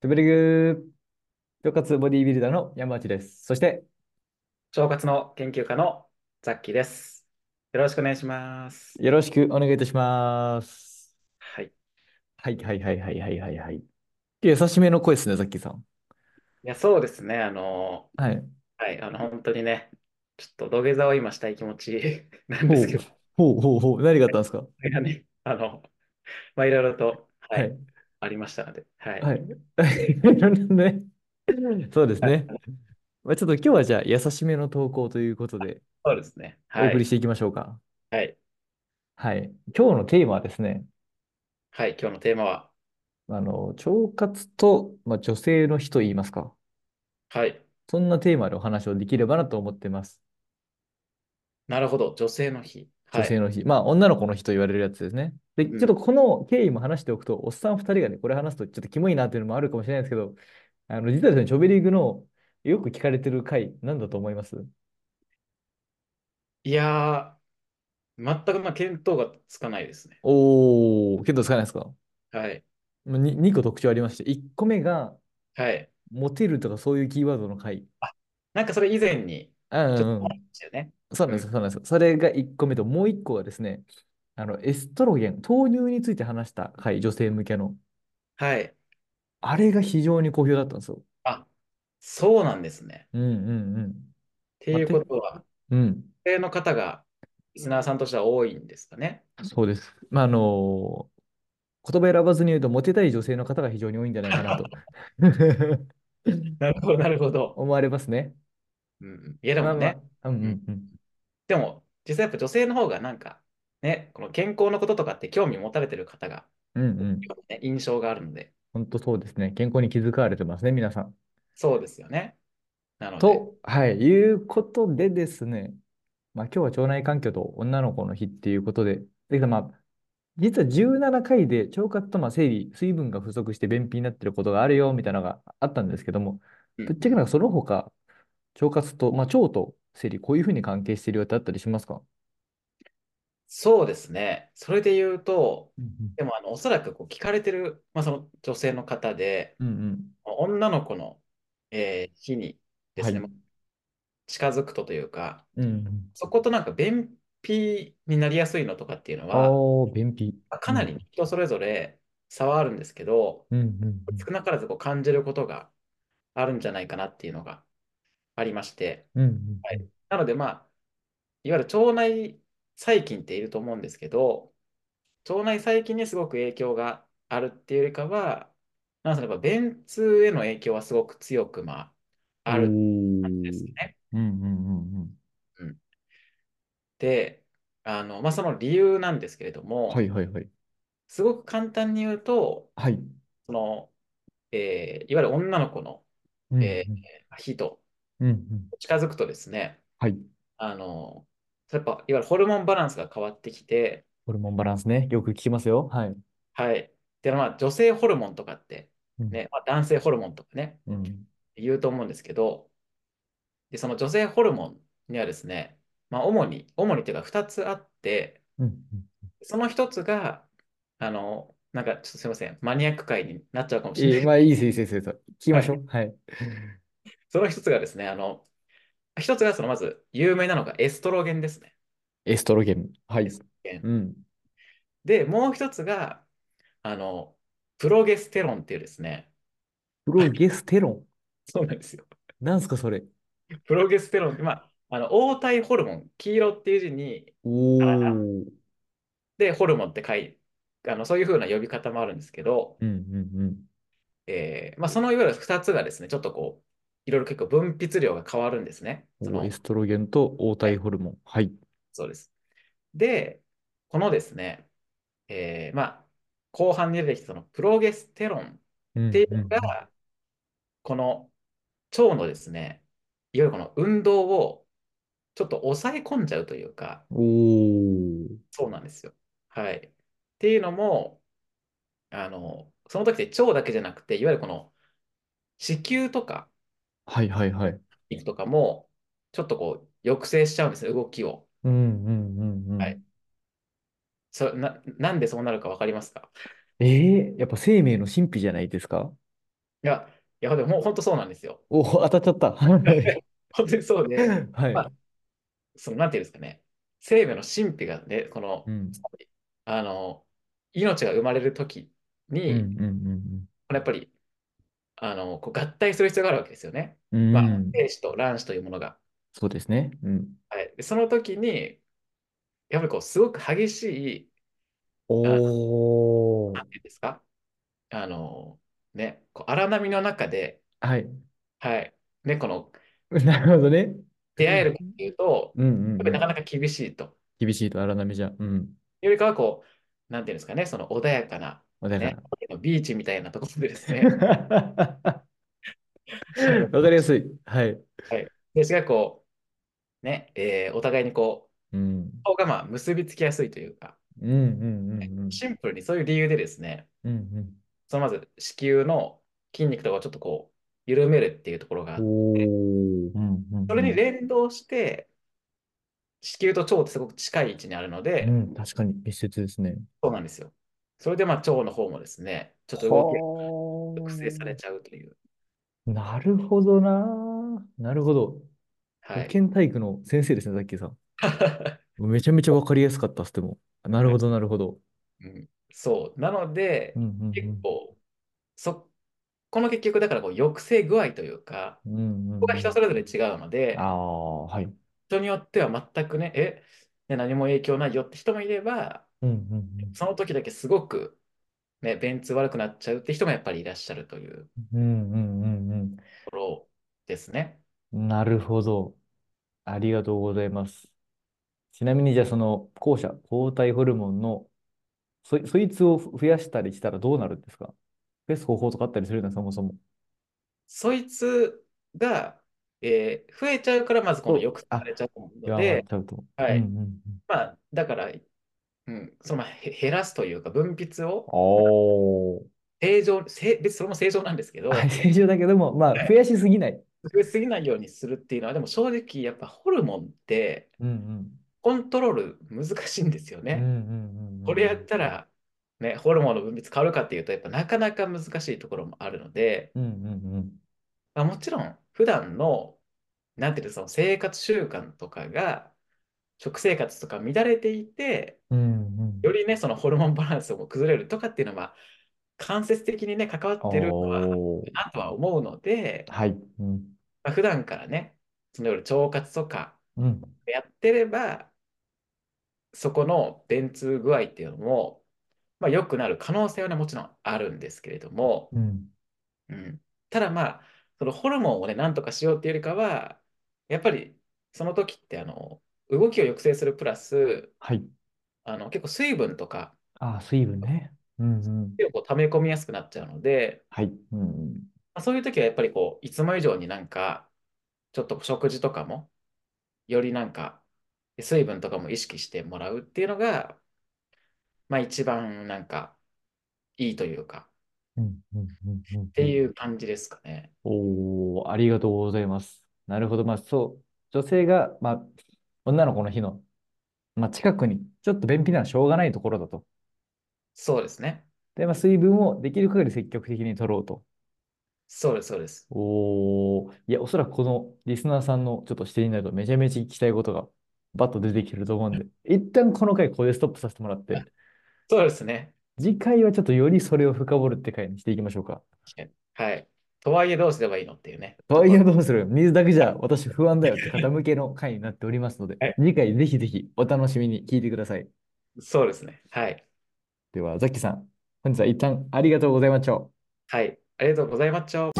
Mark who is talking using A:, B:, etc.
A: デブリグ腸活ボディビルダーの山内です。そして、
B: 腸活の研究家のザッキーです。よろしくお願いします。
A: よろしくお願いいたします。
B: はい。
A: はいはいはいはいはいはいはい。優しめの声ですね、ザッキーさん。
B: いや、そうですね。あの、
A: はい。
B: はい、あの、本当にね、ちょっと土下座を今したい気持ち なんで
A: ほう、
B: すけど、こ
A: ほうほうほう、何があったんですか
B: れがね、あの、まあ、いろいろと、は、
A: はいい。
B: ありましたので、はい。
A: はい。 いろんなね。そうです
B: はい
A: ね。まあ、ちょっと今日はじゃあ、優しめの投稿ということで、
B: そうですね。
A: お
B: は
A: 送り
B: い。
A: していきましょうか。
B: はい。
A: はい。今日のテーマはですね、
B: はい、今日のテーマは、
A: あの、腸活と、まあ、女性の日といいますか。
B: はい。
A: そんなテーマでお話をできればなと思ってます。
B: なるほど、女性の日。
A: 女
B: は
A: 性
B: い。
A: の日。まあ、女の子の日と言われるやつですね。で、ちょ
B: う
A: っと
B: ん。
A: この経緯も話しておくと、おっさん2人がね、これ話すとちょっとキモいなっていうのもあるかもしれないですけど、あの、実はですね、チョベリングのよく聞かれてる回、なんだと思います
B: いやー、全くまあ見当がつかないですね。
A: おー、けどつかないですか
B: はい。
A: まあに ?2 個特徴ありまして、1個目が、
B: はい。
A: モテるとかそういうキーワードの回。
B: あ、なんかそれ以前に、
A: あうん
B: ちょっと
A: う
B: 話
A: ん。
B: したよね。
A: そうなん
B: う
A: ですよ、
B: ん。
A: そうなんですよ。それが1個目と、もう1個はですね、あの、エストロゲン、豆乳について話した回、女性向けの。
B: はい。
A: あれが非常に好評だったんですよ。
B: あ、そうなんですね。
A: うんうんうん。
B: って
A: まあ、
B: いう
A: て、
B: ことは、
A: うん、
B: 女性の方が、リスナーさんとしては多いんですかね。
A: そうです。まあ、あの言葉選ばずに言うと、モテたい女性の方が非常に多いんじゃないかなと
B: なるほど、なるほど。
A: 思われますね。
B: うんうんいや、で
A: ま
B: も
A: あま
B: ね、
A: あ、うん
B: う、
A: うんんうん。
B: でも、実際やっぱ女性の方がなんか、ね、この健康のこととかって興味持たれてる方が
A: うん
B: 多
A: う
B: い
A: ん。
B: ようなね、印象があるので、
A: 本当そうですね。健康に気遣われてますね、皆さん。
B: そうですよね。なので、
A: と、はい、いうことでですね、まあ、今日は腸内環境と女の子の日っていうことで、で、まあ、実は17回で腸活とまあ生理、水分が不足して便秘になってることがあるよみたいなのがあったんですけども、
B: うん
A: ぶっち
B: う
A: ゃけなん
B: ん。
A: かその他、腸活と、まあ、腸と生理、こういうふうに関係しているよってあったりしますか
B: そうですね。それで言うと、
A: うんうん
B: でもあの、おそらくこう聞かれてる、まあ、その女性の方で、
A: うんうん。
B: 女の子の、えー日にで
A: は
B: すね、
A: い。
B: 近づくとというか、
A: うんうん。
B: そことなんか便秘になりやすいのとかっていうの
A: あ
B: は、
A: あ、便秘。
B: まあか
A: う。
B: なんり人それぞれ差はあるんですけど、
A: うんうんうん。
B: 少なからずこう感じることがあるんじゃないかなっていうのがありまして、
A: うんうん
B: は
A: う
B: い、
A: ん。
B: なのでまあ、いわゆる腸内細菌っていると思うんですけど、腸内細菌にすごく影響があるっていうよりかは、なんかやっぱ便通への影響はすごく強く、まあ、
A: お
B: ある感じです
A: ー
B: ね。
A: うんうんうんうん。
B: うんで、あの、まあ、その理由なんですけれど
A: はい
B: も、
A: はいはい。
B: すごく簡単に言うと、
A: はい。
B: その、えーいわゆる女の子の、
A: うんう
B: え
A: ん。
B: ー日と
A: うんうん。
B: 近づくとですね、
A: はい。
B: あの、やっぱ、いわゆるホルモンバランスが変わってきて、
A: ホルモンバランスね。よく聞きますよ。はい。
B: はい。で、まあ、女性ホルモンとかって、
A: うん。
B: ね、まあ、男性ホルモンとかね、
A: うん。
B: 言うと思うんですけど、で、その女性ホルモンにはですね、まあ、主に、主にというか2つあって、
A: うん。
B: その一つが、あの、なんかちょっとすいません、マニアック会になっちゃうかもしれ
A: い、
B: ないい。
A: まあいいです、いいです、いいです。聞きま
B: は
A: しょ
B: い。
A: う。はい。
B: その一つがですね、あの、一つがそのまず有名なのがエストロゲンですね。
A: エストロゲン。は
B: エ
A: い。
B: ストロゲン。
A: うん。
B: で、もう一つが、あの、プロゲステロンっていうですね、
A: プロゲステロン。
B: そうなんですよ。
A: なんすか、それ。
B: プロゲステロンって、まあ、あの、黄体ホルモン、黄色っていう字に、体
A: おー。
B: で、ホルモンって書いあの、そういうふうな呼び方もあるんですけど、
A: うんうんうん。
B: えーまあ、そのいわゆる2つがですね、ちょっとこう、いろいろ結構分泌量が変わるんですね。そ
A: おエ
B: の、
A: ストロゲンと黄
B: は
A: 体
B: い、
A: ホルモン。はい。
B: そうです。で、このですね、えーまあ、後半に出てきたそのプロゲステロンっ
A: うん
B: ていう
A: うんう
B: の
A: ん。
B: が、この腸のですね、いわゆるこの運動をちょっと抑え込んじゃうというか、
A: おー。
B: そうなんですよ。はい。っていうのも、あの、その時って腸だけじゃなくて、いわゆるこの子宮とか
A: はいはいはい。
B: 筋肉とかも、ちょっとこう、抑制しちゃうんですね、動きを。
A: うんうんうんう
B: はい。
A: ん。
B: そ、な、なんでそうなるかわかりますか
A: えー、やっぱ生命の神秘じゃないですか
B: いや、いや、でももう本当そうなんですよ。
A: おお、当たっちゃった。 はい。
B: 本当にそうで、
A: は
B: ま
A: い。
B: あ、その、なんていうんですかね、生命の神秘がね、この、
A: うん。
B: あの、命が生まれるとき
A: うん
B: に、
A: うん
B: このやっぱり、あの、こう合体する必要があるわけですよね。
A: う
B: ま
A: ん。う
B: あ、
A: ん。
B: 精子と卵子というものが。
A: そうですね。うん。
B: はい、でその時に、やっぱりこう、すごく激しい、あの、
A: お
B: な
A: ー。
B: んていうんですか、あの、ね、こう荒波の中で、
A: はい。
B: はい、ね、この、
A: なるほどね。
B: 出
A: う
B: 会え
A: ん
B: るかっていうと、
A: うん
B: やっ
A: う
B: ぱり
A: ん。
B: なかなか厳しいと。
A: 厳しいと荒波じゃ。うん。
B: よりかはこう、なんていうんですかね、その穏やかな、
A: 穏やか
B: ね、
A: な。
B: ビーチみたいなところでで すね、
A: わ
B: あの、
A: かりやすい。はい。
B: はい、精子がこう、ね、えーお互いにこう、
A: うん。
B: 顔がまあ結びつきやすいというか、
A: うんうんうん
B: シンプルにそういう理由でですね、
A: うん。うん
B: そのまず子宮の筋肉とかをちょっとこう、緩めるっていうところがあ
A: うん。
B: って、
A: おー。うんう
B: それに
A: ん
B: 連動して、子宮と腸ってすごく近い位置にあるの
A: う
B: で、
A: ん。うん、確かに密接ですね。
B: そうなんですよ。それでまあ腸の方もですね、ちょっと動きが抑制され
A: は
B: ちゃうという。
A: あ。なるほどな。なるほど。
B: は
A: 保
B: い。
A: 健体育の先生ですね、さっきさん。めちゃめちゃわかりやすかったっす、でも。なるほど、なるほど。
B: うん、そう。なの
A: う
B: で、
A: ん
B: 結構、そこの結局、だからこう抑制具合というか、
A: うんうん。うんう
B: ここが
A: んう
B: 人
A: ん。
B: それぞれ違うの
A: あ
B: で、
A: あ、はい。
B: 人によっては全くね、え、ね何も影響ないよって人もいれば、
A: うんうんうん。
B: その時だけすごく、ね、便通悪くなっちゃうって人もやっぱりいらっしゃるという
A: うんうんうん
B: ところですね。
A: うん。なるほど。ありがとうございます。ちなみに、じゃあ、その、後者、抗体ホルモンの、そ、そいつを増やしたりしたらどうなるんですか増やす方法とかあったりするんだ、そもそも。
B: そいつが、えー増えちゃうから、まずこの
A: と、
B: 抑制さ
A: あ、
B: れちゃうと思うの
A: 弱まっ
B: で、
A: ちゃうと。
B: は
A: うんう
B: い。
A: んうん。
B: まあ、だから、うん、そのへ減らすというか、分泌を
A: おー。
B: 正常、正別にそれも正常なんですけ
A: あ、
B: ど、
A: 正常だけども、まあ、
B: は
A: 増
B: い
A: やしすぎない。
B: 増えすぎないようにするっていうのは、でも正直、やっぱホルモンって
A: うん
B: コントロール難しいんですよ
A: うん。う
B: ね。
A: んうんうんう
B: これやっ
A: ん
B: たら、ね、ホルモンの分泌変わるかっていうと、やっぱなかなか難しいところもあるので、
A: うん。うんうんうん。
B: まあ、もちろん、普段の、なんていうの、その生活習慣とかが、食生活とか乱れていて、
A: うんう
B: よ
A: ん。
B: りね、そのホルモンバランスも崩れるとかっていうのは、間接的にね、関わってるのは、
A: おー。
B: なとは思うので、
A: はい。うん。
B: まあ、普段からね、その夜腸活とか
A: うん。
B: やってれば、そこの便通具合っていうのも、まあ、良くなる可能性はね、もちろんあるんですけれども、
A: うん。
B: うん、ただまあ、そのホルモンをね、なんとかしようっていうよりかは、やっぱりその時ってあの、動きを抑制するプラス、
A: はい。
B: あの結構水分とか
A: あー、水分ね。うんうん。
B: 結構溜め込みやすくなっちゃうので、
A: はい。うんうん。
B: まあ、そういう時はやっぱりこう、いつも以上になんか、ちょっと食事とかも、よりなんか、水分とかも意識してもらうっていうのが、まあ一番なんか、いいというか、
A: うんうんうんうん
B: って
A: うん。
B: いう感じですかね。
A: おー、ありがとうございます。なるほど。まあ、そう。女性が、まあ、女の子の日の、まあ、近くに、ちょっと便秘なのはしょうがないところだと。
B: そうですね。
A: で、まあ、水分をできる限り積極的に取ろうと。
B: そうです、そうです。
A: おー、いや、おそらくこのリスナーさんのちょっと視点になると、めちゃめちゃ聞きたいことが、バッと出てきてると思うんで、一旦この回、ここでストップさせてもらって、
B: そうですね。
A: 次回はちょっとよりそれを深掘るって回にしていきましょうか。
B: 確かにはい。とはいえどうすればいいのっていうね、
A: と
B: と
A: はい
B: こ
A: え
B: ろ。
A: どうする水だけじゃ私不安だよって方向けの回になっておりますので、
B: はい。
A: 次回ぜひぜひお楽しみに聞いてください。
B: そうですね。はい。
A: では、ザッキさん、本日は一旦ありがとうございました。
B: はい。ありがとうございました。